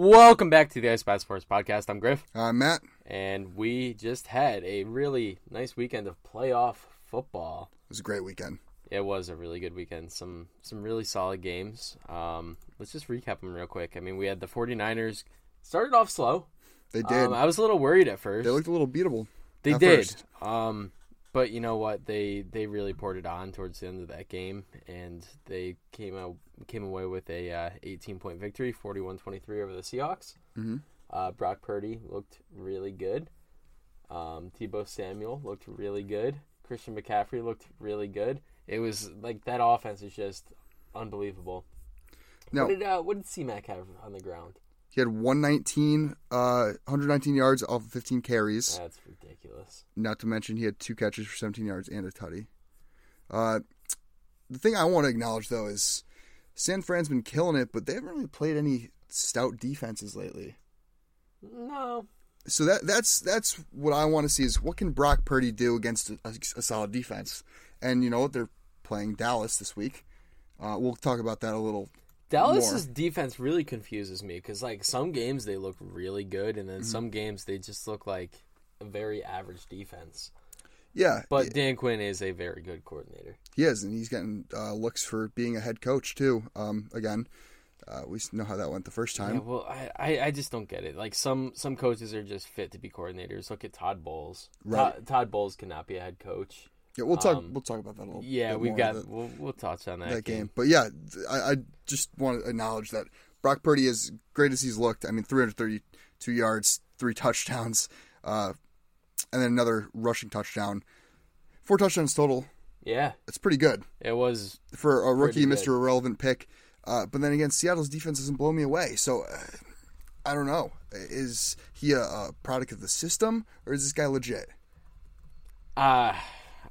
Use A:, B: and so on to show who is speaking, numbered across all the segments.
A: Welcome back to the Ice Spy Sports Podcast. I'm Griff,
B: Uh, Matt,
A: and we just had a really nice weekend of playoff football.
B: it was a great weekend.
A: It was a really good weekend. Some some really solid games. Um, let's just recap them real quick. I mean, we had the 49ers started off slow.
B: They did.
A: Um, I was a little worried at first.
B: they looked a little beatable.
A: They
B: at
A: did.
B: first.
A: Um, but you know what? They they really poured it on towards the end of that game, and they came out came away with a uh, 18 point victory, 41-23 over the Seahawks.
B: Mhm.
A: Uh, Brock Purdy looked really good. Um, Tebow Samuel looked really good. Christian McCaffrey looked really good. It was like that offense is just unbelievable.
B: No.
A: What did uh, what did C-Mac have on the ground?
B: He had 119, uh, 119 yards off of 15 carries.
A: That's ridiculous.
B: Not to mention he had two catches for 17 yards and a tutty. Uh, the thing I want to acknowledge though is San Fran's been killing it, but they haven't really played any stout defenses lately.
A: No,
B: So that that's that's what I want to see is what can Brock Purdy do against a, a solid defense? And you know they're playing Dallas this week. Uh, we'll talk about that a little
A: Dallas's defense really confuses me because like some games they look really good and then
B: Mm-hmm.
A: some games they just look like a very average defense.
B: Yeah,
A: But Dan Quinn is a very good coordinator.
B: he is, and he's getting uh, looks for being a head coach too. Um, again, uh, we know how that went the first time.
A: Yeah, well, I, I, I just don't get it. Like some some coaches are just fit to be coordinators. Look at Todd Bowles.
B: Right.
A: Todd, Todd Bowles cannot be a head coach.
B: Yeah, we'll talk.
A: Um,
B: we'll talk about that a little.
A: Yeah,
B: bit
A: we've
B: more,
A: got
B: that,
A: we'll, we'll touch on that,
B: that game, but yeah, th- I, I just want to acknowledge that Brock Purdy, as great as he's looked, I mean, 332 yards, three touchdowns, uh, and then another rushing touchdown, four touchdowns total.
A: Yeah,
B: That's pretty good
A: it was
B: for a
A: Pretty
B: rookie,
A: good.
B: Mr. Irrelevant pick. Uh, but then again, Seattle's defense doesn't blow me away. So uh, I don't know. Is he a, a product of the system or is this guy legit?
A: Uh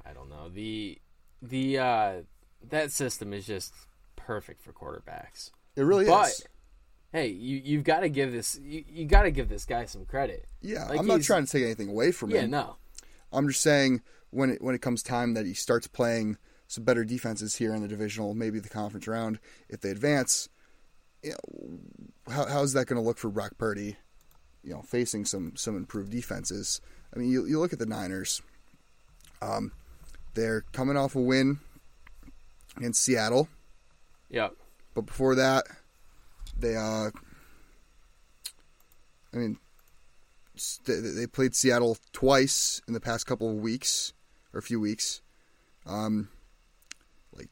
A: I don't know. The the uh that system is just perfect for quarterbacks.
B: It really
A: But
B: is.
A: hey, you you've got to give this you, you got to give this guy some credit.
B: Yeah,
A: like
B: I'm not
A: he's-
B: trying to take anything away from
A: Yeah,
B: him.
A: no,
B: I'm just saying when it when it comes time that he starts playing some better defenses here in the divisional, maybe the conference round, if they advance, you know, how how's that going to look for Brock Purdy? You know, facing some some improved defenses. I mean, you you look at the Niners. Um, they're coming off a win in Seattle,
A: yeah,
B: but before that, they uh, I mean, s- they, they played Seattle twice in the past couple of weeks or a few weeks. Um, like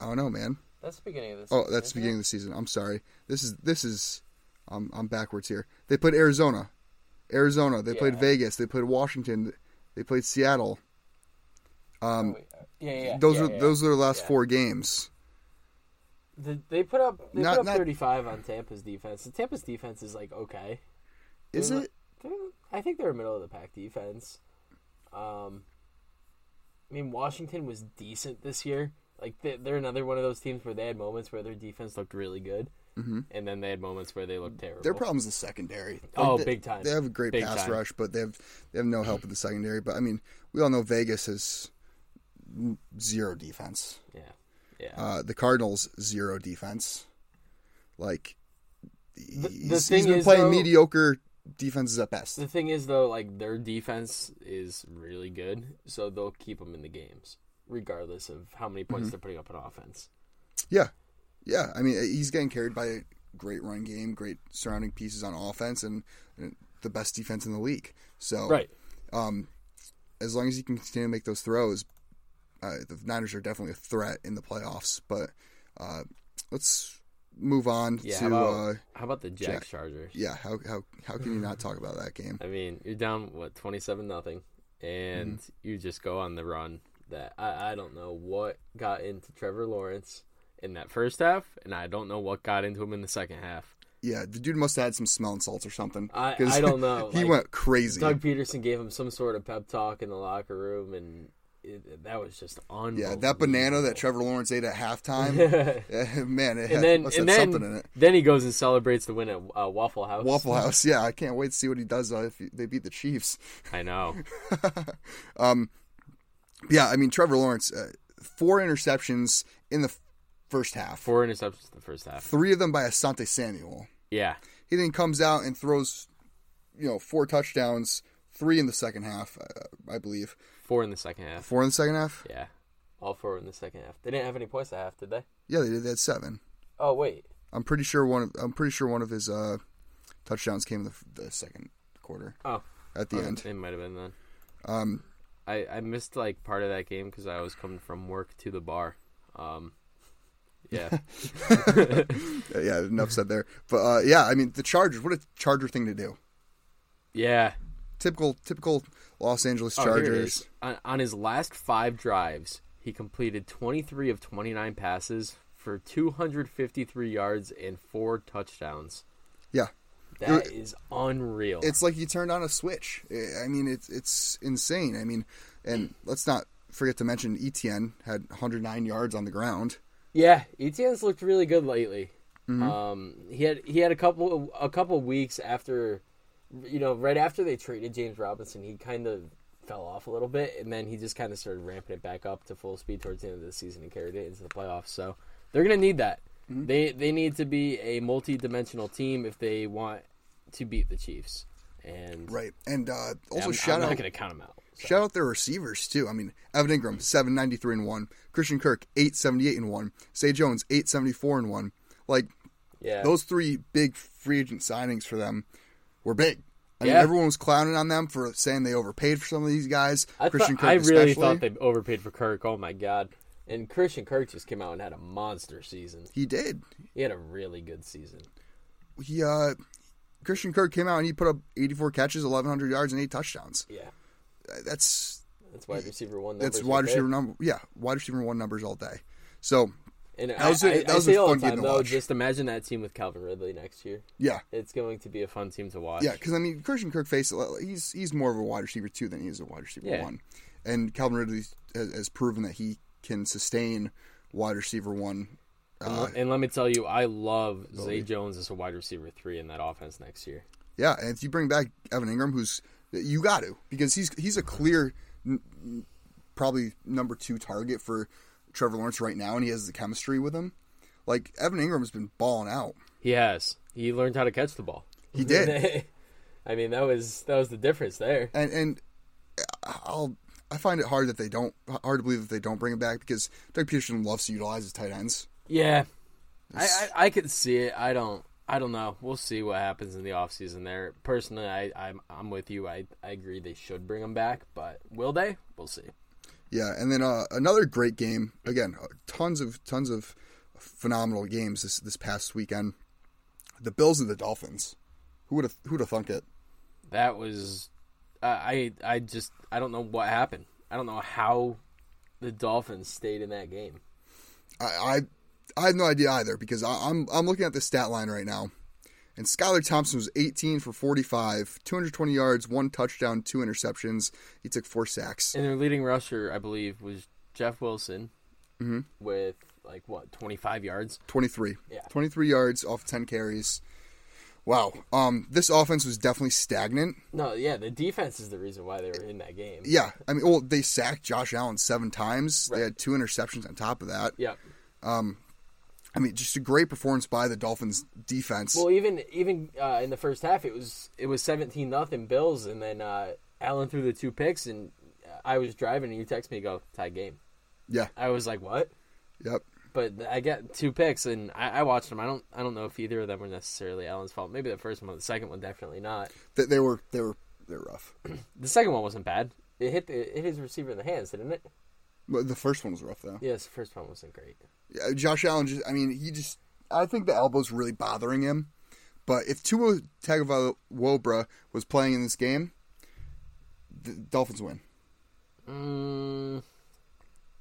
B: I don't know, man.
A: that's the beginning of this.
B: Oh, that's the beginning of the season. I'm sorry. This is this is I'm I'm backwards here. They played Arizona, Arizona. They played
A: Yeah.
B: Vegas. They played Washington. They played Seattle. Um,
A: yeah, Oh, yeah,
B: those
A: yeah,
B: are
A: yeah.
B: those are the last
A: Yeah.
B: four games.
A: The- they put up they
B: Not-
A: put up
B: not-
A: 35 on Tampa's defense. The Tampa's defense is like okay.
B: Is
A: They're-
B: it?
A: they're- I think they're a middle of the pack defense. Um, I mean Washington was decent this year. Like they, they're another one of those teams where they had moments where their defense looked really good,
B: Mm-hmm.
A: and then they had moments where they looked terrible.
B: Their problem is the secondary. Like,
A: Oh,
B: they-
A: big time.
B: They have a great
A: Big
B: pass
A: time.
B: rush, but they have they have no help with the secondary. But I mean, we all know Vegas has zero defense.
A: yeah, yeah.
B: Uh, the Cardinals zero defense. Like he's,
A: thing
B: he's been
A: is,
B: playing
A: though-
B: mediocre defenses at best.
A: The thing is, though, like their defense is really good, so they'll keep them in the games, regardless of how many
B: Mm-hmm.
A: points they're putting up on offense.
B: Yeah, yeah. I mean, he's getting carried by a great run game, great surrounding pieces on offense, and, and the best defense in the league. So
A: Right.
B: um, as long as you can continue to make those throws, uh, the Niners are definitely a threat in the playoffs. But uh, let's move on
A: Yeah.
B: to
A: how, about,
B: uh,
A: how about the Jack,
B: Jack.
A: Chargers?
B: yeah. How how how can you not talk about that game?
A: I mean, you're down what twenty seven nothing, and
B: Mm-hmm.
A: you just go on the run. That I, I don't know what got into Trevor Lawrence in that first half, and I don't know what got into him in the second half.
B: Yeah, the dude must have had some smelling salts or something.
A: I-
B: 'cause
A: I don't know,
B: he
A: like,
B: went crazy.
A: Doug Peterson gave him some sort of pep talk in the locker room, and it, that was just unbelievable.
B: yeah, that banana that Trevor Lawrence ate at halftime. eh, man, it had,
A: and then
B: must
A: and
B: have
A: then,
B: something in it.
A: then he goes and celebrates the win at uh, Waffle House.
B: Waffle House. Yeah, I can't wait to see what he does uh, if they beat the Chiefs.
A: I know.
B: Yeah, I mean Trevor Lawrence, uh, four interceptions in the f- first half.
A: Four interceptions in the first half.
B: three of them by Asante Samuel.
A: Yeah.
B: He then comes out and throws, you know, four touchdowns, three in the second half, uh, I believe.
A: Four in the second half.
B: Four in the second half.
A: Yeah. All four in the second half. They didn't have any points that half, did they?
B: Yeah, they did. They had seven.
A: Oh, wait.
B: I'm pretty sure one. Of, I'm pretty sure one of his uh, touchdowns came in the, f- the second quarter
A: Oh.
B: at the
A: Oh,
B: end.
A: It might have been then.
B: Um,
A: I, I missed like part of that game because I was coming from work to the bar. Um, yeah.
B: yeah, enough said there. But uh, yeah, I mean the Chargers. What a Charger thing to do.
A: yeah.
B: Typical, typical Los Angeles
A: Oh, here it
B: Chargers.
A: is. On, on his last five drives, he completed 23 of 29 passes for 253 yards and four touchdowns.
B: yeah,
A: That is unreal.
B: it's like you turned on a switch. I- I mean, it's it's insane. I mean, and let's not forget to mention Etn had 109 yards on the ground.
A: Yeah, Etienne's looked really good lately.
B: Mm-hmm.
A: Um, he had he had a couple a couple weeks after, you know, right after they traded James Robinson, he kind of fell off a little bit, and then he just kind of started ramping it back up to full speed towards the end of the season and carried it into the playoffs. So they're gonna need that.
B: Mm-hmm.
A: They they need to be a multi-dimensional team if they want to beat the Chiefs. And
B: Right, and uh, also
A: I'm,
B: shout
A: I'm
B: out
A: not gonna count them out. So,
B: Shout out their receivers too. I mean, Evan Ingram seven ninety three and one, Christian Kirk eight seventy eight and one, Say Jones eight seventy four and one. Like
A: yeah,
B: those three big free agent signings for them were big. I mean,
A: Yeah.
B: everyone was clowning on them for saying they overpaid for some of these guys.
A: I,
B: Christian
A: thought,
B: Kirk
A: I really
B: especially.
A: thought they overpaid for Kirk. Oh my god! And Christian Kirk just came out and had a monster season.
B: he did.
A: He had a really good season.
B: He uh, Christian Kirk came out and he put up eighty four catches, eleven hundred yards, and eight touchdowns.
A: Yeah,
B: Uh, That's
A: that's wide receiver one.
B: that's
A: numbers
B: wide
A: right there.
B: receiver number. Yeah, wide receiver one numbers all day. So
A: And
B: That was
A: I,
B: a-
A: I-
B: that
A: I
B: was a
A: say all
B: fun
A: the
B: game
A: time
B: to
A: though.
B: watch.
A: Just imagine that team with Calvin Ridley next year.
B: yeah,
A: It's going to be a fun team to watch.
B: Yeah, because I mean, Christian Kirk faced he's he's more of a wide receiver two than he is a wide receiver
A: Yeah.
B: one, and Calvin Ridley has, has proven that he can sustain wide receiver one.
A: and, le- and let me tell you, I love Zay Jones as a wide receiver three in that offense next year.
B: Yeah, and if you bring back Evan Ingram, who's you got to because he's he's a clear n- n- probably number two target for Trevor Lawrence right now, and he has the chemistry with him. Like Evan Ingram has been balling out.
A: He has. He learned how to catch the ball.
B: He did.
A: I mean, that was that was the difference there.
B: and and uh, I'll I find it hard that they don't hard to believe that they don't bring him back because Doug Peterson loves to utilize his tight ends.
A: Yeah, I, I I could see it. I don't I don't know. We'll see what happens in the offseason there. Personally, I I'm, I'm with you. I I agree they should bring him back, but will they? We'll see.
B: Yeah, and then uh, another great game again. uh, Tons of tons of phenomenal games this this past weekend. The Bills and the Dolphins. Who would have who would have thunk it?
A: that was I I I just I don't know what happened. I don't know how the Dolphins stayed in that game.
B: I I, I have no idea either because I, I'm I'm looking at the stat line right now, and Skylar Thompson was 18 for 45, 220 yards, one touchdown, two interceptions. He took four sacks.
A: And their leading rusher, I believe, was Jeff Wilson with like what twenty five yards.
B: 23.
A: Yeah.
B: 23 yards off 10 carries. Wow. Um, this offense was definitely stagnant.
A: No, yeah, the defense is the reason why they were in that game.
B: Yeah. I mean, well, they sacked Josh Allen seven times. They had two interceptions on top of that.
A: Yep.
B: I mean, just a great performance by the Dolphins defense.
A: Well, even even uh, in the first half, it was it was seventeen nothing Bills, and then uh, Allen threw the two picks, and I was driving, and you text me, go tie game.
B: yeah.
A: I was like, what?
B: Yep.
A: but I got two picks, and I, I watched them. I don't, I don't know if either of them were necessarily Allen's fault. Maybe the first one, the second one, definitely not.
B: They, they were they were they're rough.
A: The second one wasn't bad. It hit, the, it hit his receiver in the hands, didn't it?
B: But the first one was rough though.
A: Yes, the first one wasn't great.
B: Yeah, Josh Allen just I mean, he just I think the elbow's really bothering him. But if Tua Tagovailoa was playing in this game, the Dolphins win.
A: Mm,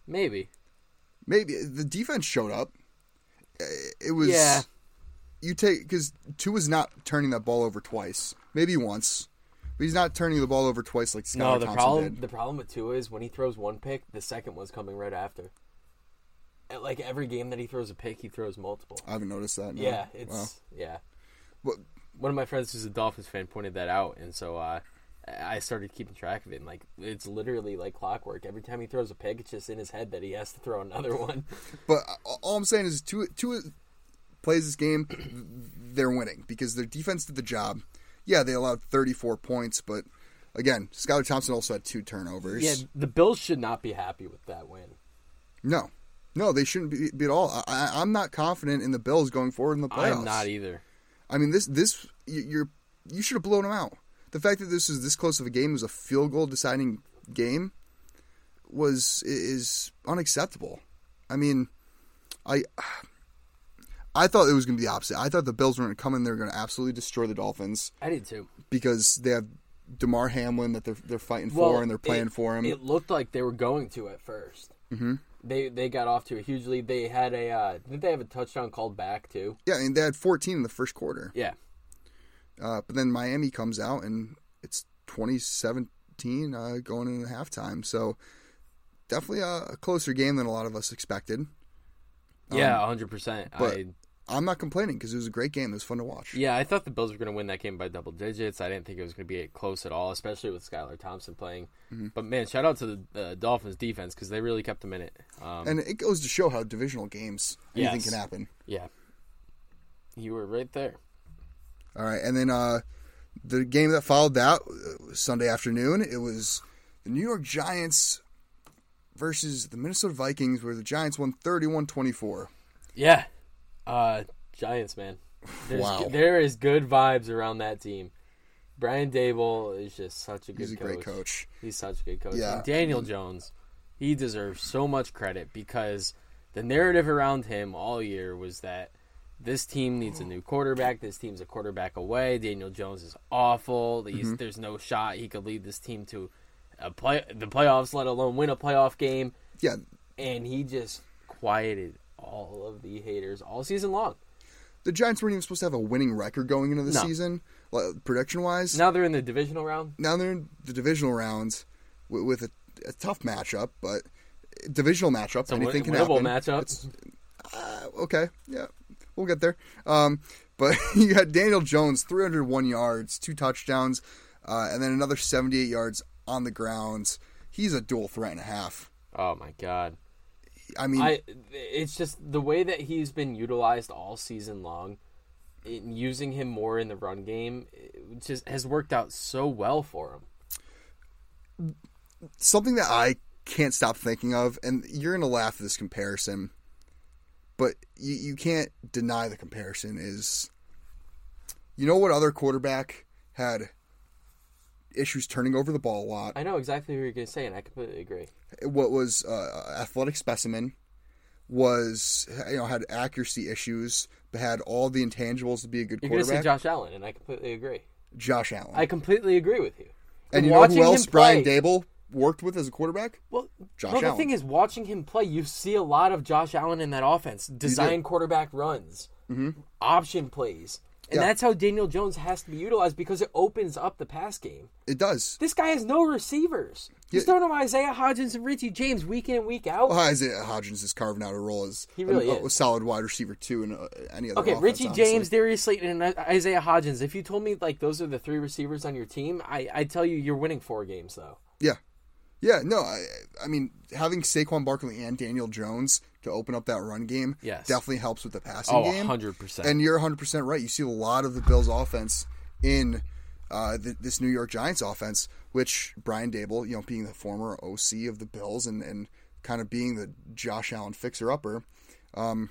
A: maybe.
B: maybe the defense showed up. Uh, It was
A: Yeah.
B: You take because two is not turning that ball over twice, maybe once, but he's not turning the ball over twice like Skylar
A: No, the
B: Thompson
A: problem,
B: did.
A: the problem with Tua is when he throws one pick, the second one's coming right after. At like every game that he throws a pick, he throws multiple.
B: I haven't noticed that. no.
A: Yeah, it's
B: Wow.
A: yeah.
B: But-
A: One of my friends who's a Dolphins fan pointed that out, and so uh, I started keeping track of it. And like, it's literally like clockwork. Every time he throws a pick, it's just in his head that he has to throw another one.
B: But all I'm saying is Tua, Tua plays this game, they're winning because their defense did the job. Yeah, they allowed 34 points, but again, Skylar Thompson also had two turnovers.
A: Yeah, the Bills should not be happy with that win.
B: No, no, they shouldn't be, be at all. I, I, I'm not confident in the Bills going forward in the playoffs.
A: I'm not either.
B: I mean, this this you, you're you should have blown them out. The fact that this was this close of a game was a field goal deciding game was is unacceptable. I mean, I I thought it was going to be the opposite. I thought the Bills were going to come in, they were going to absolutely destroy the Dolphins
A: I did too.
B: because they have Demar Hamlin that they're they're fighting for and they're playing
A: it,
B: for him.
A: It looked like they were going to at 1st Mm-hmm. They they got off to a huge lead. They had a uh, didn't they have a touchdown called back too?
B: yeah, and they had 14 in the first quarter.
A: Yeah,
B: Uh, but then Miami comes out and it's 2017 uh, going into halftime. So definitely a, a closer game than a lot of us expected.
A: yeah, hundred percent.
B: Um, but-
A: I
B: I'm not complaining because it was a great game. It was fun to watch.
A: yeah, I thought the Bills were going to win that game by double digits. I didn't think it was going to be close at all, especially with Skylar Thompson playing.
B: Mm-hmm.
A: But man, shout out to the uh, Dolphins defense because they really kept them in it. Um,
B: And it goes to show how divisional games anything
A: Yes.
B: can happen.
A: yeah, you were right there.
B: All right, and then uh, the game that followed that uh, was Sunday afternoon, it was the New York Giants versus the Minnesota Vikings, where the Giants won 31-24.
A: Yeah, uh, Giants man. There's,
B: Wow.
A: there is good vibes around that team. Brian Dable is just such a good
B: He's a great coach.
A: He's such a good coach.
B: Yeah. Mm-hmm.
A: And Daniel Jones, he deserves so much credit because the narrative around him all year was that this team needs a new quarterback. This team's a quarterback away. Daniel Jones is awful. He's,
B: Mm-hmm.
A: There's no shot he could lead this team to a play the playoffs, let alone win a playoff game.
B: Yeah,
A: And he just quieted all of the haters all season long.
B: the Giants weren't even supposed to have a winning record going into the
A: No.
B: season, like, prediction-wise.
A: Now they're in the divisional round.
B: Now they're in the divisional rounds with, with a, a tough matchup, but divisional matchup,
A: It's a win-
B: anything can
A: winnable
B: happen. uh,
A: matchup.
B: okay, yeah, we'll get there. Um, but you had Daniel Jones, 301 yards, two touchdowns, uh, and then another 78 yards on the ground. He's a dual threat and a half.
A: oh my god.
B: I mean,
A: I it's just the way that he's been utilized all season long, in using him more in the run game, it just has worked out so well for him.
B: something that I can't stop thinking of, and you're gonna laugh at this comparison, but you, you can't deny the comparison is, you know what other quarterback had issues turning over the ball a lot?
A: I know exactly who you're going to say, and I completely agree.
B: what was uh, athletic specimen was you know had accuracy issues but had all the intangibles to be a good
A: You're going to say
B: quarterback
A: Josh Allen, and I completely agree.
B: josh allen
A: I completely agree with you.
B: and you know who
A: Watching him
B: else brian
A: play-
B: dable worked with as a quarterback
A: Well,
B: Josh
A: no, the
B: Allen.
A: thing is, watching him play, you see a lot of Josh Allen in that offense. Design quarterback runs, option plays. And
B: Mm-hmm. Yeah.
A: that's how Daniel Jones has to be utilized because it opens up the pass game.
B: it does
A: This guy has no receivers. He's throwing him Isaiah Hodgins and Richie James week in and week out.
B: well, Isaiah Hodgins is carving out a role as
A: He really
B: a, a
A: is.
B: solid wide receiver too, and uh, any other.
A: okay,
B: offense,
A: Richie
B: honestly.
A: James, Darius Slayton, and Isaiah Hodgins. If you told me like those are the three receivers on your team, I I tell you you're winning four games though.
B: Yeah, yeah. No, I, I mean having Saquon Barkley and Daniel Jones to open up that run game
A: Yes.
B: definitely helps with the passing
A: Oh,
B: game.
A: 100%.
B: And you're 100 percent right. You see a lot of the Bills' offense in uh, th- this New York Giants offense, which Brian Dable, you know, being the former OC of the Bills and and kind of being the Josh Allen fixer upper. Um,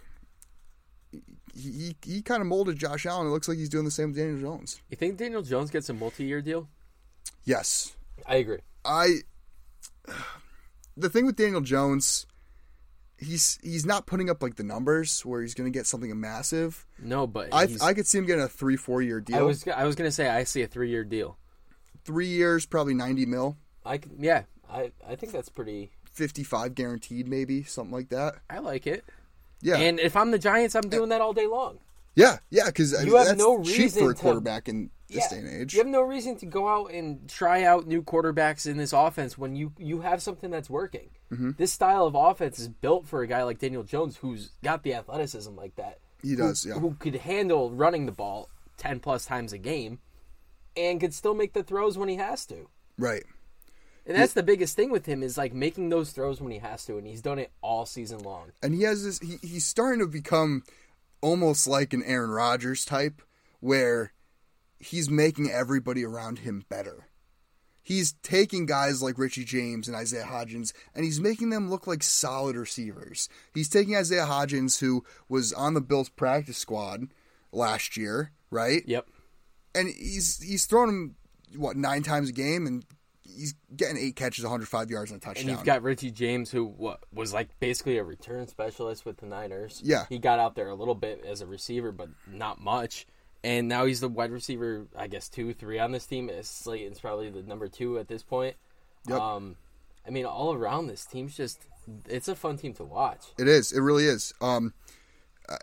B: he, he, he kind of molded Josh Allen. It looks like he's doing the same with Daniel Jones.
A: You think Daniel Jones gets a multi-year deal?
B: Yes,
A: I agree.
B: I the thing with Daniel Jones, he's he's not putting up like the numbers where he's going to get something massive.
A: No, but
B: I
A: he's-
B: I could see him getting a three four year deal,
A: I was I was gonna say I see a three-year deal.
B: three years probably ninety mil,
A: I can, yeah, I I think that's pretty.
B: fifty five guaranteed maybe something like that.
A: I like it.
B: Yeah,
A: And if I'm the Giants, I'm doing that all day long.
B: yeah, yeah. Because
A: You have
B: that's
A: no
B: cheap
A: reason
B: for a
A: to-
B: quarterback in this
A: Yeah.
B: day and age.
A: You have no reason to go out and try out new quarterbacks in this offense when you you have something that's working.
B: Mm-hmm.
A: This style of offense is built for a guy like Daniel Jones who's got the athleticism like that.
B: He does, yeah.
A: Who could handle running the ball 10 plus times a game and could still make the throws when he has to.
B: Right.
A: And that's the biggest thing with him is like making those throws when he has to and he's done it all season long.
B: and he has this he, he's starting to become almost like an Aaron Rodgers type, where he's making everybody around him better. He's taking guys like Richie James and Isaiah Hodgins and he's making them look like solid receivers. He's taking Isaiah Hodgins, who was on the Bills practice squad last year, right?
A: Yep.
B: and he's he's thrown him what nine times a game, and he's getting eight catches, 105 yards, and a touchdown.
A: And you've got Richie James, who what, was like basically a return specialist with the Niners.
B: Yeah.
A: He got out there a little bit as a receiver, but not much. And now he's the wide receiver, I guess, two, three on this team. As Slayton's probably the number two at this point.
B: Yep.
A: Um, I mean, all around this team's just, it's a fun team to watch.
B: it is, it really is. Um, I,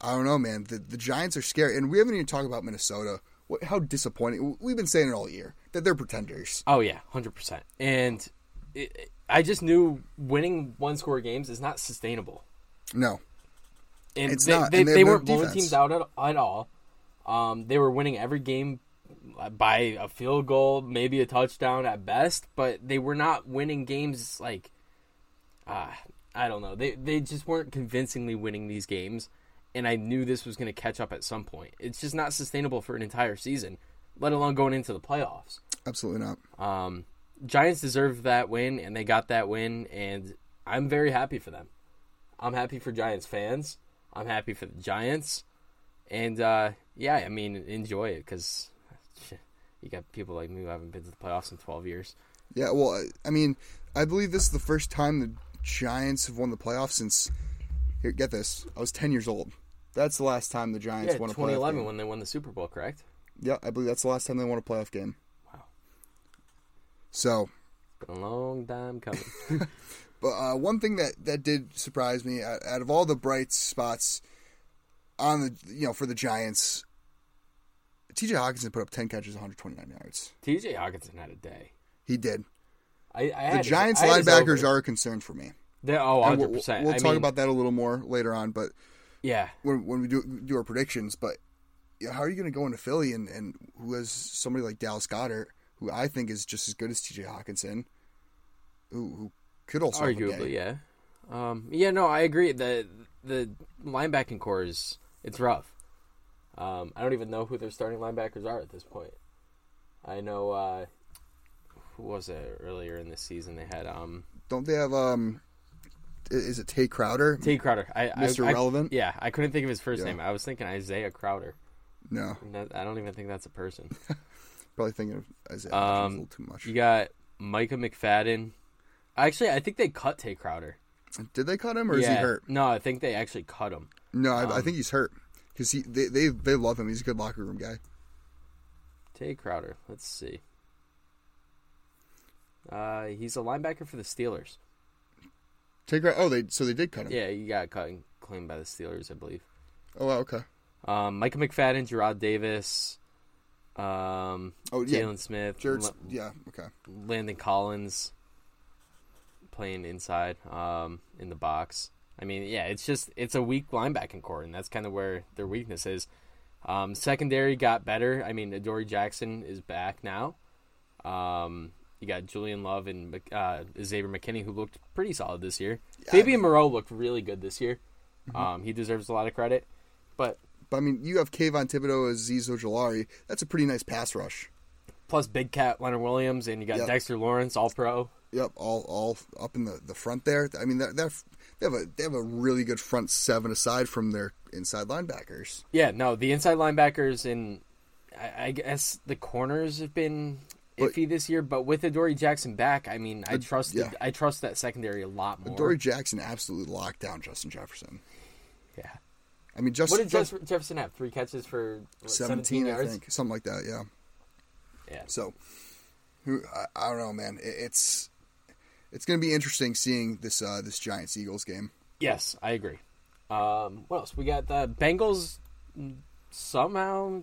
B: I don't know, man. The the Giants are scary, and we haven't even talked about Minnesota. What, how disappointing! We've been saying it all year that they're pretenders.
A: Oh yeah, hundred percent. And it, it- I just knew winning one score games is not sustainable.
B: No,
A: And
B: It's
A: they,
B: not,
A: They,
B: and they
A: they,
B: have no
A: weren't blowing
B: defense.
A: teams out at, at all. Um, they were winning every game by a field goal, maybe a touchdown at best, but they were not winning games like uh, I don't know. They they just weren't convincingly winning these games, and I knew this was going to catch up at some point. It's just not sustainable for an entire season, let alone going into the playoffs.
B: absolutely not.
A: Um, Giants deserved that win, and they got that win, and I'm very happy for them. I'm happy for Giants fans. I'm happy for the Giants, and uh, yeah, I mean, enjoy it because you got people like me who haven't been to the playoffs in 12 years.
B: Yeah, well, I- I mean, I believe this is the first time the Giants have won the playoffs since. Here, get this. I was 10 years old. That's the last time the Giants
A: Yeah,
B: won a playoff game.
A: 2011 when they won the Super Bowl, correct?
B: Yeah, I believe that's the last time they won a playoff game.
A: Wow.
B: So,
A: Been a long time coming.
B: but uh, one thing that that did surprise me out, out of all the bright spots on the you know for the Giants, T.J. Hawkinson put up 10 catches, 129 yards.
A: T.J. Hawkinson had a day.
B: He did.
A: I, I
B: The
A: had his-
B: Giants
A: I had his
B: linebackers
A: over.
B: are a concern for me.
A: They're- oh, 100.
B: And we'll, we'll
A: percent
B: we'll talk about that a little more later on, but
A: yeah.
B: when when we do do our predictions, but you know, how are you going to go into Philly and, and who has somebody like Dallas Goddard, who I think is just as good as T.J. Hawkinson, who, who could also have a day.
A: Arguably, yeah. Um, yeah, no, I agree. The the linebacking core is it's rough. Um, I don't even know who their starting linebackers are at this point. I know uh, who was it earlier in the season? They had um,
B: Don't they have um? i- Is it Tay Crowder?
A: Tay Crowder. I, I-
B: Mr.
A: I-
B: Relevant?
A: Yeah, I couldn't think of his first
B: Yeah.
A: name. I was thinking Isaiah Crowder.
B: no,
A: And that- I don't even think that's a person.
B: probably thinking of Isaiah
A: Um,
B: Hodgins a little too much.
A: You got Micah McFadden. Actually, I think they cut Tay Crowder.
B: Did they cut him or is
A: yeah. Um,
B: he hurt?
A: No, I think they actually cut him.
B: No, I, I think he's hurt because he they, they they love him. He's a good locker room guy.
A: Tay Crowder. Let's see. Uh, he's a linebacker for the Steelers.
B: Tay Crowder. Oh, they so they did cut him.
A: Yeah, he got cut and claimed by the Steelers, I believe.
B: Oh, wow, okay.
A: Um, Micah McFadden, Gerard Davis, um,
B: Oh, yeah.
A: Jalen Smith,
B: Jared.
A: L-
B: yeah. Okay.
A: Landon Collins playing inside um, in the box. I mean, yeah, it's just it's a weak linebacking core, and that's kind of where their weakness is. Um, secondary got better. I mean, Adoree Jackson is back now. Um, you got Julian Love and Mc- uh, Xavier McKinney, who looked pretty solid this year.
B: I
A: Fabian Moreau looked really good this year. Um, he deserves a lot of credit, but
B: But I mean, you have Kayvon Thibodeau as Zizo Ojolari. That's a pretty nice pass rush.
A: plus Big Cat Leonard Williams, and you got
B: Yeah.
A: Dexter Lawrence, All Pro.
B: Yep, all all up in the, the front there. I mean, they're, they're, they have a they have a really good front seven aside from their inside linebackers.
A: Yeah, no, the inside linebackers and I, I guess the corners have been
B: But-
A: iffy this year. But with Adoree Jackson back, I mean, I trust
B: yeah.
A: I trust that secondary a lot more.
B: Dory Jackson absolutely locked down Justin Jefferson.
A: yeah.
B: I mean, Justin
A: What did Jeff- Jefferson have? Three catches for what,
B: 17,
A: seventeen,
B: I
A: yards.
B: think, something like that. Yeah.
A: Yeah.
B: So, who I, I don't know, man. It, it's it's going to be interesting seeing this uh, this Giants Eagles game.
A: Yes, I agree. Um, what else? We got the Bengals somehow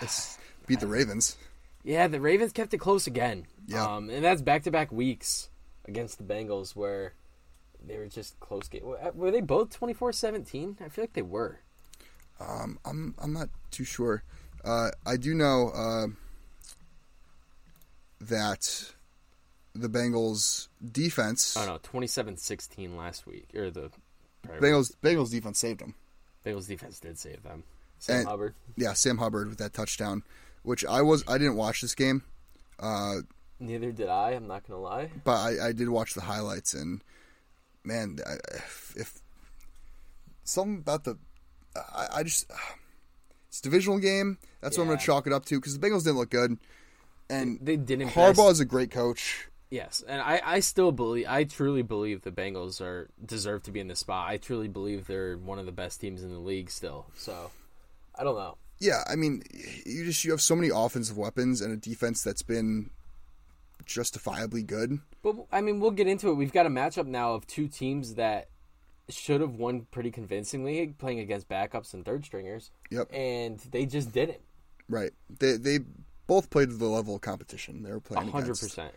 B: It's beat the Ravens.
A: Yeah, the Ravens kept it close again.
B: Yeah.
A: Um, and that's back to back weeks against the Bengals where they were just close game. were- Were they both 24 17? I feel like they were.
B: Um, I'm I'm not too sure. Uh, I do know uh, that the Bengals defense,
A: Oh, no, 27 16 last week. Or the. prior-
B: Bengals Bengals defense saved them.
A: Bengals defense did save them. Sam
B: And-
A: Hubbard.
B: Yeah, Sam Hubbard with that touchdown, which I was I didn't watch this game, uh,
A: Neither did I. I'm not gonna lie.
B: but I, I did watch the highlights and man, I, if, if something about the I, I just it's a divisional game. That's what I'm going
A: Yeah.
B: to chalk it up to because the Bengals didn't look good, and
A: They didn't.
B: Harbaugh is a great coach.
A: Yes, and I, I still believe I truly believe the Bengals are deserve to be in the spot. I truly believe they're one of the best teams in the league still. So I don't know.
B: Yeah, I mean, you just you have so many offensive weapons and a defense that's been justifiably good.
A: But I mean, we'll get into it. We've got a matchup now of two teams that should have won pretty convincingly playing against backups and third stringers.
B: Yep.
A: And they just didn't.
B: Right. They they both played to the level of competition they were playing.
A: hundred
B: against.
A: percent.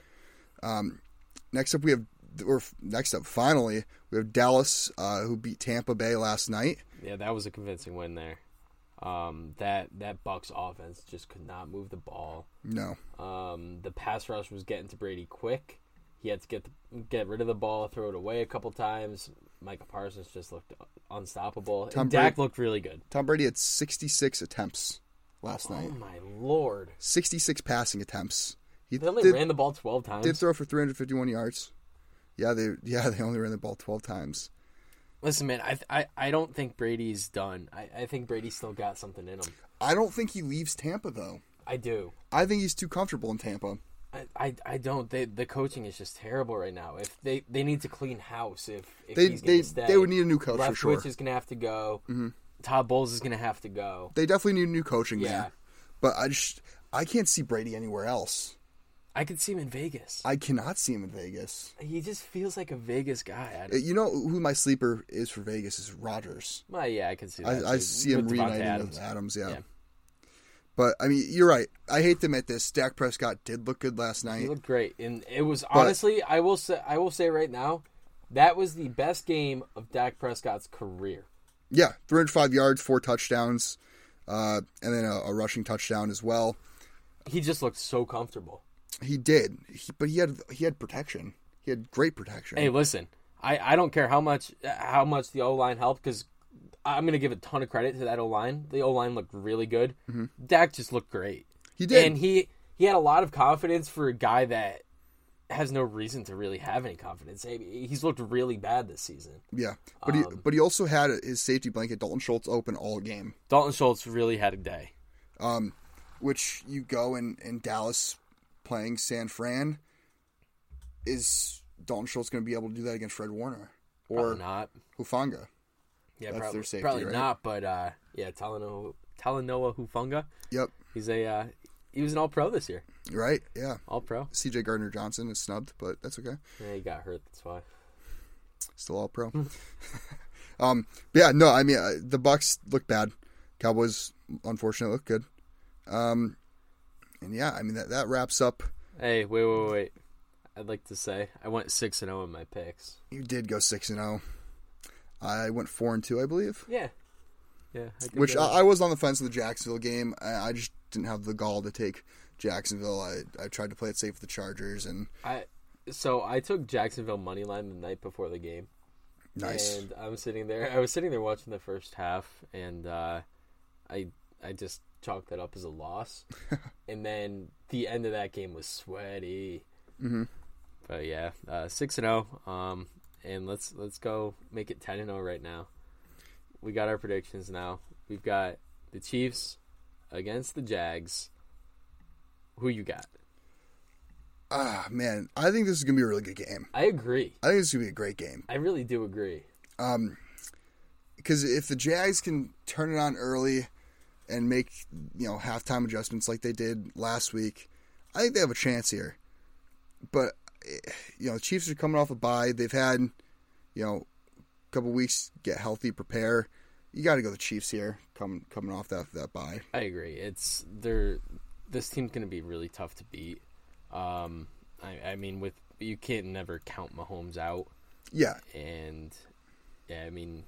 B: Next up, we have or f- next up, finally, we have Dallas, uh, who beat Tampa Bay last night.
A: Yeah, that was a convincing win there. Um, that that Bucks offense just could not move the ball.
B: No.
A: Um, the pass rush was getting to Brady quick. He had to get the, get rid of the ball, throw it away a couple times. Micah Parsons just looked unstoppable.
B: Tom
A: and Dak
B: Brady-
A: looked really good.
B: Tom Brady had 66 attempts last
A: Oh
B: night.
A: my lord!
B: 66 passing attempts. He
A: They only
B: did,
A: ran the ball twelve times.
B: did throw for 351 yards. Yeah, they yeah they only ran the ball 12 times.
A: Listen, man, I, I I don't think Brady's done. I, I think Brady's still got something in him.
B: I don't think he leaves Tampa though.
A: I do.
B: I think he's too comfortable in Tampa.
A: I, I, I don't. They, the coaching is just terrible right now. If they, they need to clean house, if, if
B: They
A: he's gonna
B: they,
A: stay.
B: they would need a new coach
A: Lefkowitz
B: for sure. Mm-hmm.
A: is gonna have to go. Todd Bowles is gonna have to go.
B: They definitely need new coaching
A: Yeah.
B: there. But I just I can't see Brady anywhere else.
A: I could see him in Vegas.
B: I cannot see him in Vegas.
A: he just feels like a Vegas guy. I
B: Uh,
A: don't,
B: You know who my sleeper is for Vegas is Rogers.
A: well, yeah, I can see
B: I,
A: that.
B: I
A: too,
B: see him
A: with Devontae
B: reuniting
A: Adams.
B: with Adams. Yeah.
A: Yeah.
B: But I mean, you're right. I hate to admit this. Dak Prescott did look good last
A: He
B: night.
A: looked great, and it was honestly, I will say, I will say right now, that was the best game of Dak Prescott's career.
B: Yeah, 305 yards, four touchdowns, uh, and then a, a rushing touchdown as well.
A: He just looked so comfortable.
B: He did, he, but he had he had protection. He had great protection.
A: Hey, listen, I, I don't care how much how much the O line helped because I'm gonna give a ton of credit to that O line. The O line looked really good.
B: Mm-hmm.
A: Dak just looked great,
B: he did.
A: and he he had a lot of confidence for a guy that has no reason to really have any confidence. Hey, He's looked really bad this season.
B: yeah, but he but he also had his safety blanket Dalton Schultz open all game.
A: Dalton Schultz really had a day.
B: which you go in, in Dallas playing San Fran, is Dalton Schultz going to be able to do that against Fred Warner or
A: Probably not.
B: Hufanga?
A: Yeah,
B: That's
A: probably,
B: their safety,
A: probably
B: right?
A: not. But uh, yeah, Talanoa Talanoa Hufunga.
B: Yep,
A: He's a uh, he was an All Pro this year.
B: you're right. Yeah.
A: All Pro.
B: CJ Gardner Johnson is snubbed, but that's okay.
A: Yeah, he got hurt. That's why.
B: Still all pro. um, but yeah, no, I mean, uh, the Bucks look bad. Cowboys, unfortunately, look good. Um, and yeah, I mean, that, that wraps up.
A: Hey, wait, wait, wait. I'd like to say I went six and zero in my picks.
B: You did go 6 and 0. I went 4 and 2, I believe.
A: Yeah, yeah. I did
B: Which
A: that.
B: I, I was on the fence with the Jacksonville game. I, I just didn't have the gall to take Jacksonville. I, I tried to play it safe with the Chargers, and
A: I so I took Jacksonville money line the night before the game,
B: nice.
A: and I'm sitting there. I was sitting there watching the first half, and uh, I I just chalked that up as a loss. and then the end of that game was sweaty. Mm-hmm. But yeah, uh, six and zero. Um, and let's let's go make it ten and zero right now. We got our predictions now. We've got the Chiefs against the Jags. Who you got?
B: ah, man, I think this is gonna be a really good game.
A: I agree.
B: I think this is gonna be a great game.
A: I really do agree.
B: Um, because if the Jags can turn it on early and make you know halftime adjustments like they did last week, I think they have a chance here. But eh, you know, the Chiefs are coming off a bye. They've had you know a couple weeks to get healthy, prepare. You got to go the Chiefs here, coming coming off that that bye.
A: I agree. It's they're this team's going to be really tough to beat. Um, I, I mean, with you can't never count Mahomes out,
B: Yeah,
A: and yeah, I mean,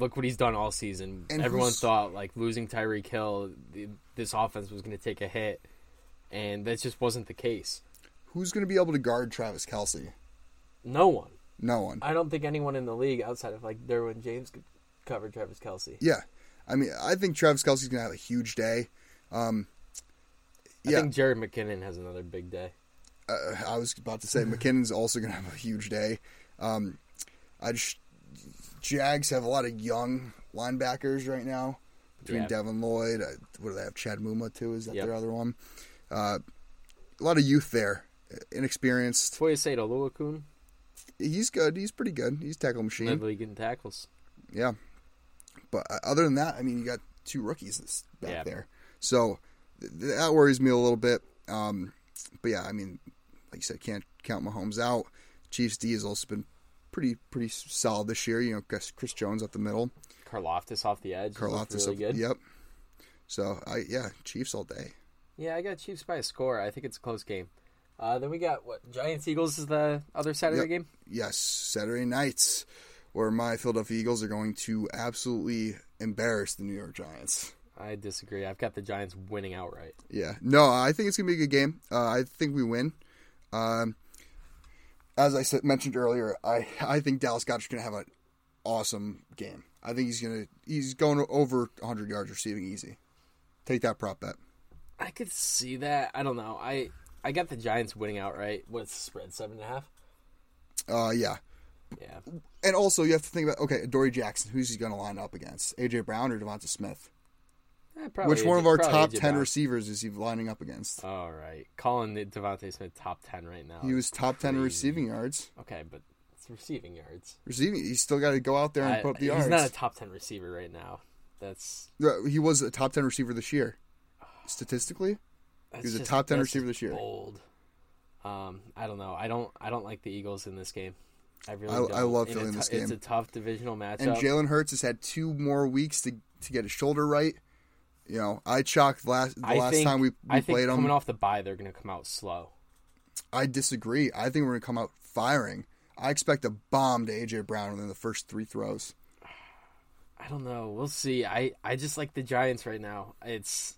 A: look what he's done all season.
B: And
A: Everyone
B: who's-
A: thought like losing Tyreek Hill, th- this offense was going to take a hit, and that just wasn't the case.
B: who's going to be able to guard Travis Kelsey?
A: No one.
B: No one.
A: I don't think anyone in the league outside of like Derwin James could cover Travis Kelsey.
B: Yeah, I mean, I think Travis Kelsey's gonna have a huge day. Um, yeah,
A: I think Jared McKinnon has another big day.
B: uh, I was about to say McKinnon's also going to have a huge day. Um, I just Jags have a lot of young linebackers right now between
A: Yeah.
B: Devin Lloyd. Uh, what do they have? Chad Muma too. Is that
A: Yep.
B: their other one? Uh, a lot of youth there, inexperienced.
A: Toya Sate Oluwakun
B: He's good. He's pretty good. He's tackle machine.
A: led the league in tackles.
B: Yeah. But uh, other than that, I mean, you got two rookies this- back
A: Yeah.
B: there. So th- that worries me a little bit. Um, but yeah, I mean, like you said, can't count Mahomes out. Chiefs D has also been pretty pretty s- solid this year. You know, Chris Chris Jones up the middle,
A: Karloftis off the edge. Karloftis
B: Karloftis
A: really
B: up,
A: good.
B: Yep. So I yeah, Chiefs all day.
A: Yeah, I got Chiefs by a score. I think it's a close game. Uh, then we got what Giants Eagles is the other side of the
B: Yep.
A: game.
B: Yes, Saturday nights, where my Philadelphia Eagles are going to absolutely embarrass the New York Giants.
A: I disagree. I've got the Giants winning outright.
B: Yeah. No, I think it's gonna be a good game. Uh, I think we win. Um, as I said, mentioned earlier, I I think Dallas Goddard's gonna have an awesome game. I think he's gonna he's going over 100 yards receiving easy. Take that prop bet.
A: I could see that. I don't know. I I got the Giants winning outright. What's the spread? Seven and a half.
B: Uh, yeah.
A: Yeah.
B: And also, you have to think about okay, Dory Jackson. Who's he gonna line up against? AJ Brown or Devonta Smith?
A: Eh, probably
B: Which
A: AJ
B: one of our
A: probably
B: top
A: AJ
B: ten
A: Brown.
B: receivers is he lining up against?
A: All right, calling the Devontae Smith top ten right now.
B: He was top ten in receiving yards.
A: okay, but it's receiving yards.
B: Receiving, he's still got to go out there and
A: I-
B: put up the
A: he's
B: yards.
A: not a top ten receiver right now. That's
B: Uh, he was a top 10 receiver this year statistically
A: that's
B: was a
A: just-
B: top 10
A: that's
B: receiver
A: just
B: this year.
A: Bold. Um, I don't know. I don't. I don't like the Eagles in this game. I really.
B: I-
A: don't.
B: I love
A: And
B: Philly in
A: it's-
B: this
A: It's a
B: game.
A: tough divisional
B: and
A: matchup.
B: jalen hurts has had two more weeks to, to get his shoulder right you know i chalked last the
A: I
B: last
A: think,
B: time we,
A: I
B: we
A: think
B: played
A: coming
B: him
A: off the bye, they're going to come out slow.
B: i disagree i think we're gonna come out firing i expect a bomb to aj brown within the first three throws
A: I don't know. We'll see. I, I just like the Giants right now. It's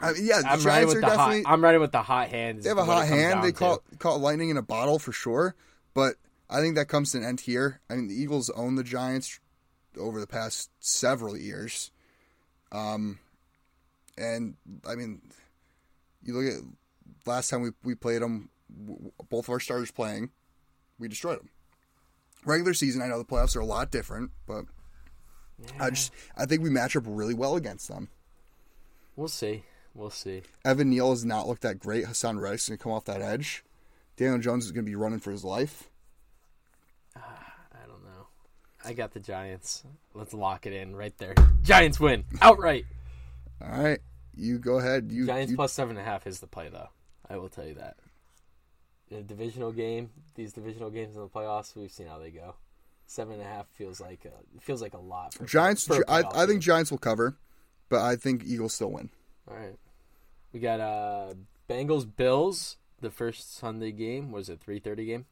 B: I mean, yeah the
A: I'm riding
B: giants
A: with
B: are
A: the hot.
B: definitely
A: I'm riding with the hot hand.
B: they have a hot hand they caught caught lightning in a bottle for sure but i think that comes to an end here i mean the eagles own the giants over the past several years um and i mean you look at last time we, we played them both of our starters playing we destroyed them regular season i know the playoffs are a lot different but i just i think we match up really well against them
A: We'll see. We'll see.
B: Evan Neal has not looked that great. Hassan Reddick's going to come off that edge. Daniel Jones is going to be running for his life.
A: I don't know. I got the Giants. Let's lock it in right there. Giants win outright.
B: All right, you go ahead. You,
A: Giants
B: you
A: plus seven and a half is the play, though. I will tell you that. In a divisional game, these divisional games in the playoffs, we've seen how they go. Seven and a half feels like a, feels like a lot. For
B: Giants.
A: for a
B: I,
A: playoff
B: I think
A: game.
B: Giants will cover, but I think Eagles still win.
A: All right, we got uh Bengals Bills. The first Sunday game was it three thirty game?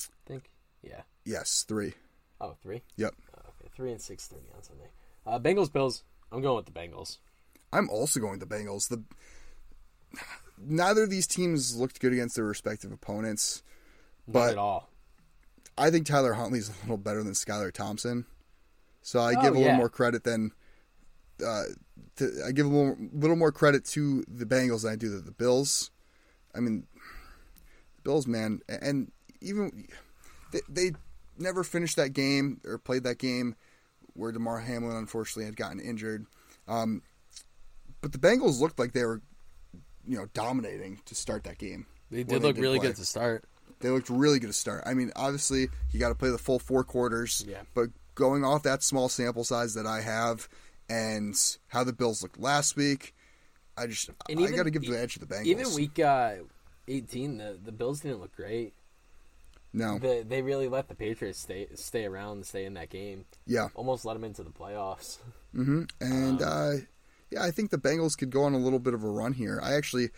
A: I think yeah.
B: Yes, three.
A: Oh, three.
B: Yep.
A: Oh, okay, three and six thirty on Sunday. Uh, Bengals Bills. I'm going with the Bengals.
B: I'm also going with the Bengals. The neither of these teams looked good against their respective opponents.
A: Not
B: But-
A: at all.
B: I think Tyler Huntley's a little better than Skylar Thompson, so I
A: Oh,
B: give a
A: yeah.
B: little more credit than uh, to, I give a little, little more credit to the Bengals than I do to the Bills. I mean, Bills, man, and even they, they never finished that game or played that game where Demar Hamlin unfortunately had gotten injured. Um, but the Bengals looked like they were, you know, dominating to start that game.
A: They
B: when
A: did look really
B: play
A: good to start.
B: they looked really good to start. I mean, obviously, you got to play the full four quarters.
A: Yeah.
B: But going off that small sample size that I have and how the Bills looked last week, I just
A: And
B: I
A: even- e-
B: got to give the edge to the Bengals.
A: Even week uh, 18, the, the Bills didn't look great.
B: no,
A: The, they really let the Patriots stay stay around and stay in that game.
B: yeah,
A: Almost let them into the playoffs. Um,
B: and uh, yeah, I think the Bengals could go on a little bit of a run here. I actually,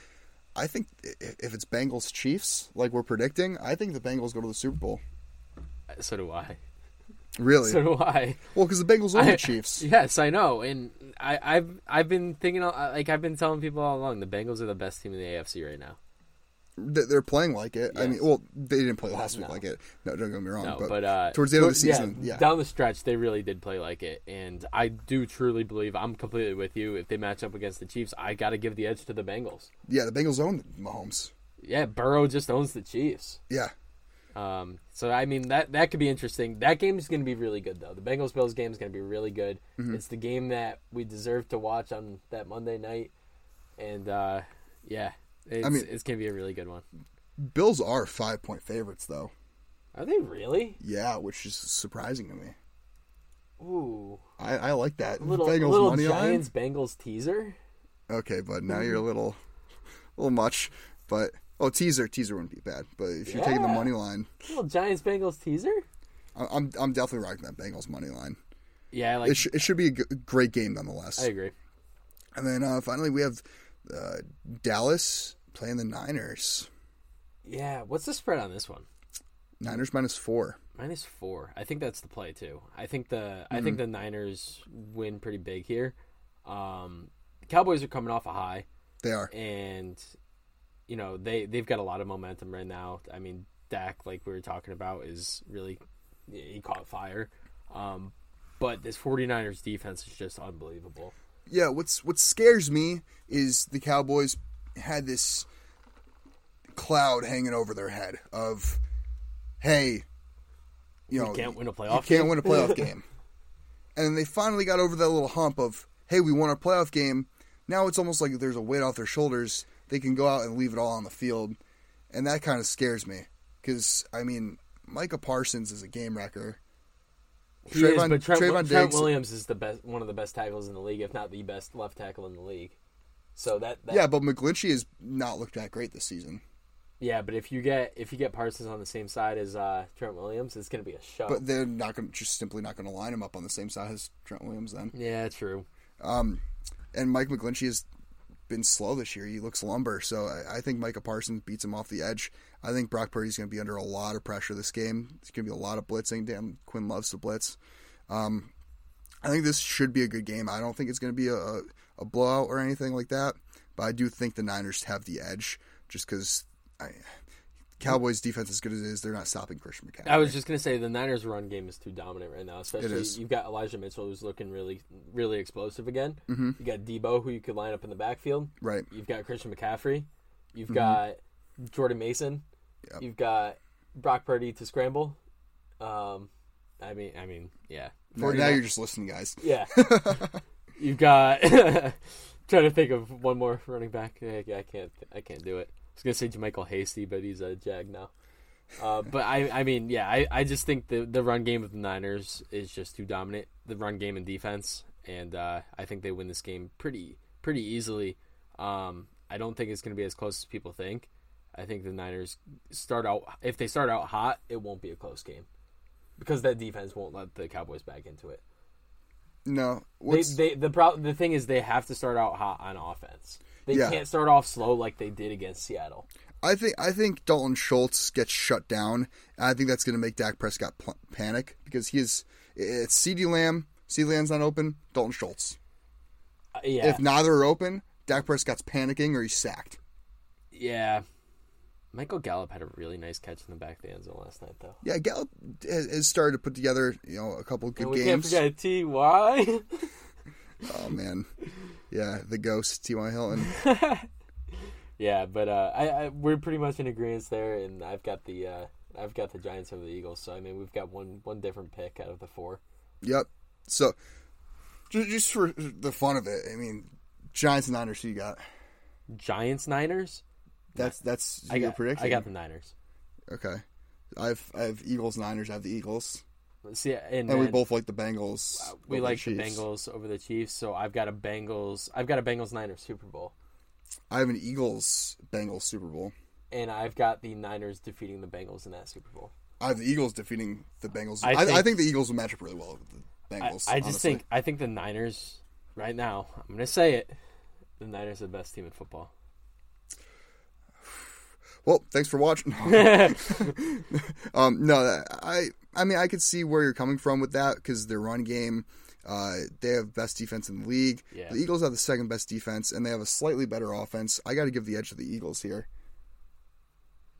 B: I think i- if it's Bengals Chiefs like we're predicting, I think the Bengals go to the Super Bowl.
A: So do I.
B: Really?
A: So do I.
B: well, because the Bengals own
A: I-
B: the Chiefs.
A: Yes, I know, and I, uh, I've I've been thinking all- like I've been telling people all along the Bengals are the best team in the AFC right now.
B: th- they're playing like it. I
A: Yes.
B: mean, well, they didn't play last week
A: No.
B: like it. No, don't get me wrong.
A: No,
B: Oh, but
A: but, uh,
B: towards the end of the
A: toward- yeah,
B: season, yeah.
A: down the stretch, they really did play like it, and I do truly believe I'm completely with you. If they match up against the Chiefs, I got to give the edge to the Bengals.
B: yeah, the Bengals own Mahomes.
A: Yeah, Burrow just owns the Chiefs.
B: Yeah,
A: Um, so I mean that that could be interesting. That game's going to be really good though. The Bengals Bills game is going to be really good.
B: Mm-hmm.
A: It's the game that we deserve to watch on that Monday night, and uh, yeah, it's,
B: mean-
A: it's going to be a really good one.
B: Bills are five point favorites though.
A: Are they really?
B: Yeah, which is surprising to me.
A: Ooh,
B: I, I like that
A: little
B: Bengals
A: little
B: money line.
A: Giants Mm-hmm. Bengals teaser.
B: Okay, but now you're a little, little much. But oh, teaser, teaser wouldn't be bad. But if you're taking the
A: Yeah.
B: money line,
A: Little Giants Bengals teaser.
B: I- I'm I'm definitely rocking that Bengals money line.
A: Yeah, I like
B: It, sh- it should be a g- great game nonetheless.
A: I agree.
B: And then uh, finally, we have uh, Dallas playing the Niners.
A: Yeah, what's the spread on this one?
B: Niners minus four.
A: Minus four. I think that's the play too. I think the I think
B: Mm-hmm.
A: the Niners win pretty big here. Um, Cowboys are coming off a high,
B: They are.
A: and you know they they've got a lot of momentum right now. I mean, Dak, like we were talking about, is really he caught fire. Um, but this 49ers defense is just unbelievable.
B: Yeah. What's what scares me is the Cowboys had this cloud hanging over their head of, hey, you know,
A: Can't win a
B: you
A: playoff.
B: can't
A: game.
B: win a playoff game. And then they finally got over that little hump of, hey, we won our playoff game. Now it's almost like there's a weight off their shoulders. They can go out and leave it all on the field. And that kind of scares me. Because, I mean, Micah Parsons is a game wrecker.
A: He is,
B: Trayvon-
A: but Trent, Trent
B: Trayvon Diggs-
A: Williams is the best, one of the best tackles in the league, if not the best left tackle in the league. So that, that
B: Yeah, but McGlinchey has not looked that great this season.
A: Yeah, but if you get if you get Parsons on the same side as uh, Trent Williams, it's gonna be a show.
B: But they're not going to just simply not going to line him up on the same side as Trent Williams then.
A: yeah, true.
B: Um, and Mike McGlinchey has been slow this year. He looks lumber. So I, I think Micah Parsons beats him off the edge. I think Brock Purdy's going to be under a lot of pressure this game. It's going to be a lot of blitzing. Dan Quinn loves to blitz. Um, I think this should be a good game. I don't think it's going to be a, a, a blowout or anything like that. But I do think the Niners have the edge just because Cowboys' defense, as good as it is, they're not stopping Christian McCaffrey.
A: I was just gonna say the Niners' run game is too dominant right now. Especially
B: is.
A: you've got Elijah Mitchell who's looking really really explosive again. Mm-hmm. You got Debo who you could line up in the backfield.
B: right.
A: You've got Christian McCaffrey. You've got Jordan Mason.
B: Mm-hmm. Yep.
A: You've got Brock Purdy to scramble. Um, I mean, I mean, yeah.
B: Now, now you're just listening, guys.
A: Yeah. You've got trying to think of one more running back. I, I can't I can't do it. I was gonna say Jamichael Hasty, but he's a jag now. Uh, but I, I mean, yeah, I, I just think the, the run game of the Niners is just too dominant. The run game and defense, and uh, I think they win this game pretty pretty easily. Um, I don't think it's going to be as close as people think. I think the Niners start out if they start out hot, it won't be a close game because that defense won't let the Cowboys back into it.
B: No.
A: They,
B: What's,
A: they the problem the thing is they have to start out hot on offense. They
B: Yeah.
A: can't start off slow like they did against Seattle.
B: I think I think Dalton Schultz gets shut down. And I think that's going to make Dak Prescott pl- panic because he is. It's C.D. Lamb. C.D. Lamb's not open. Dalton Schultz.
A: Uh, yeah,
B: If neither are open, Dak Prescott's panicking or he's sacked.
A: yeah. Michael Gallup had a really nice catch in the back of the end zone last night, though.
B: Yeah, Gallup has, has started to put together you know a couple good
A: And we
B: games.
A: can't forget Ty.
B: Oh man, yeah, the ghost T.Y. Hilton.
A: yeah, but uh, I, I we're pretty much in agreement there, and I've got the uh, I've got the Giants over the Eagles. So I mean, we've got one one different pick out of the four.
B: yep. So ju- just for the fun of it, I mean, Giants and Niners. Who you got?
A: Giants Niners.
B: That's that's
A: I
B: your
A: got
B: prediction.
A: I got the Niners.
B: Okay. I've I have Eagles Niners. I have the Eagles.
A: See, and,
B: And we
A: then-
B: both like the Bengals.
A: we
B: over
A: like the
B: Chiefs.
A: Bengals over the Chiefs, so I've got a Bengals. I've got a Bengals Niners Super Bowl,
B: I have an Eagles Bengals Super Bowl.
A: and I've got the Niners defeating the Bengals in that Super Bowl.
B: I have the Eagles defeating the Bengals. I,
A: I
B: I, think,
A: think-
B: the Eagles will match up really well with the
A: I,
B: Bengals.
A: I just
B: honestly.
A: think I think the Niners right now. I'm gonna say it. The Niners are the best team in football.
B: Well, thanks for watching. um, no, that- I I mean I could see where you're coming from with that because their run game, uh, they have best defense in the league.
A: Yeah.
B: The Eagles have the second best defense, and they have a slightly better offense. I got to give the edge to the Eagles here.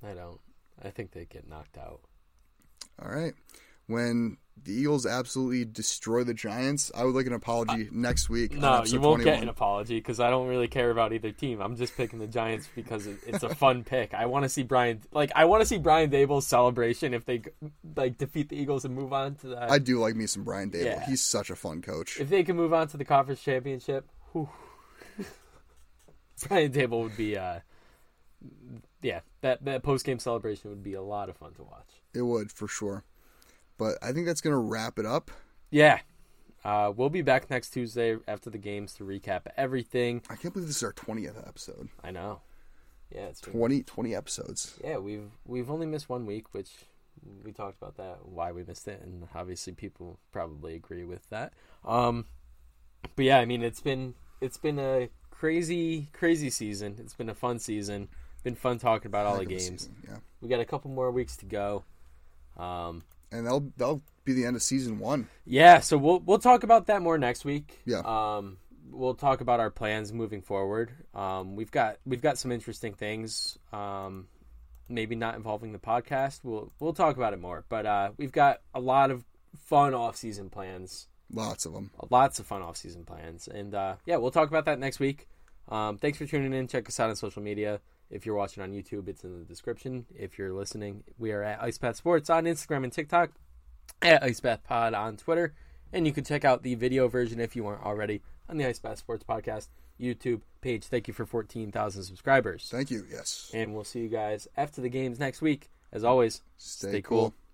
A: I don't. I think they get knocked out.
B: All right. When the Eagles absolutely destroy the Giants, I would like an apology next week. on
A: No, you
B: episode
A: won't get
B: 21.
A: an apology because I don't really care about either team. I'm just picking the Giants because it, it's a fun pick. I want to see Brian, like I want to see Brian Dable's celebration if they like defeat the Eagles and move on to the.
B: I do like me some Brian Dable.
A: Yeah.
B: He's such a fun coach.
A: if they can move on to the conference championship, whew. Brian Dable would be, uh, yeah, that that post game celebration would be a lot of fun to watch.
B: It would for sure. But I think that's gonna wrap it up.
A: Yeah, uh, we'll be back next Tuesday after the games to recap everything.
B: I can't believe this is our twentieth episode.
A: I know. Yeah, it's been-
B: 20, 20 episodes.
A: Yeah, we've we've only missed one week, which we talked about that why we missed it, and obviously people probably agree with that. Um, but yeah, I mean it's been it's been a crazy crazy season. It's been a fun season. Been fun talking about all the
B: Heck of a
A: games.
B: season, Yeah.
A: We got a couple more weeks to go. Um,
B: And that'll that'll be the end of season one.
A: yeah, so we'll we'll talk about that more next week.
B: Yeah.
A: Um, we'll talk about our plans moving forward. Um, we've got we've got some interesting things. Um, maybe not involving the podcast. We'll we'll talk about it more. But uh, we've got a lot of fun off season plans.
B: Lots of them.
A: Lots of fun off season plans. And uh, yeah, we'll talk about that next week. Um, thanks for tuning in. Check us out on social media. If you're watching on YouTube, it's in the description. If you're listening, we are at Ice Path Sports on Instagram and TikTok at Ice Bath Pod on Twitter. And you can check out the video version if you aren't already on the Ice Bath Sports Podcast YouTube page. Thank you for 14,000 subscribers.
B: Thank you. Yes.
A: And we'll see you guys after the games next week. As always,
B: Stay,
A: stay
B: cool.
A: cool.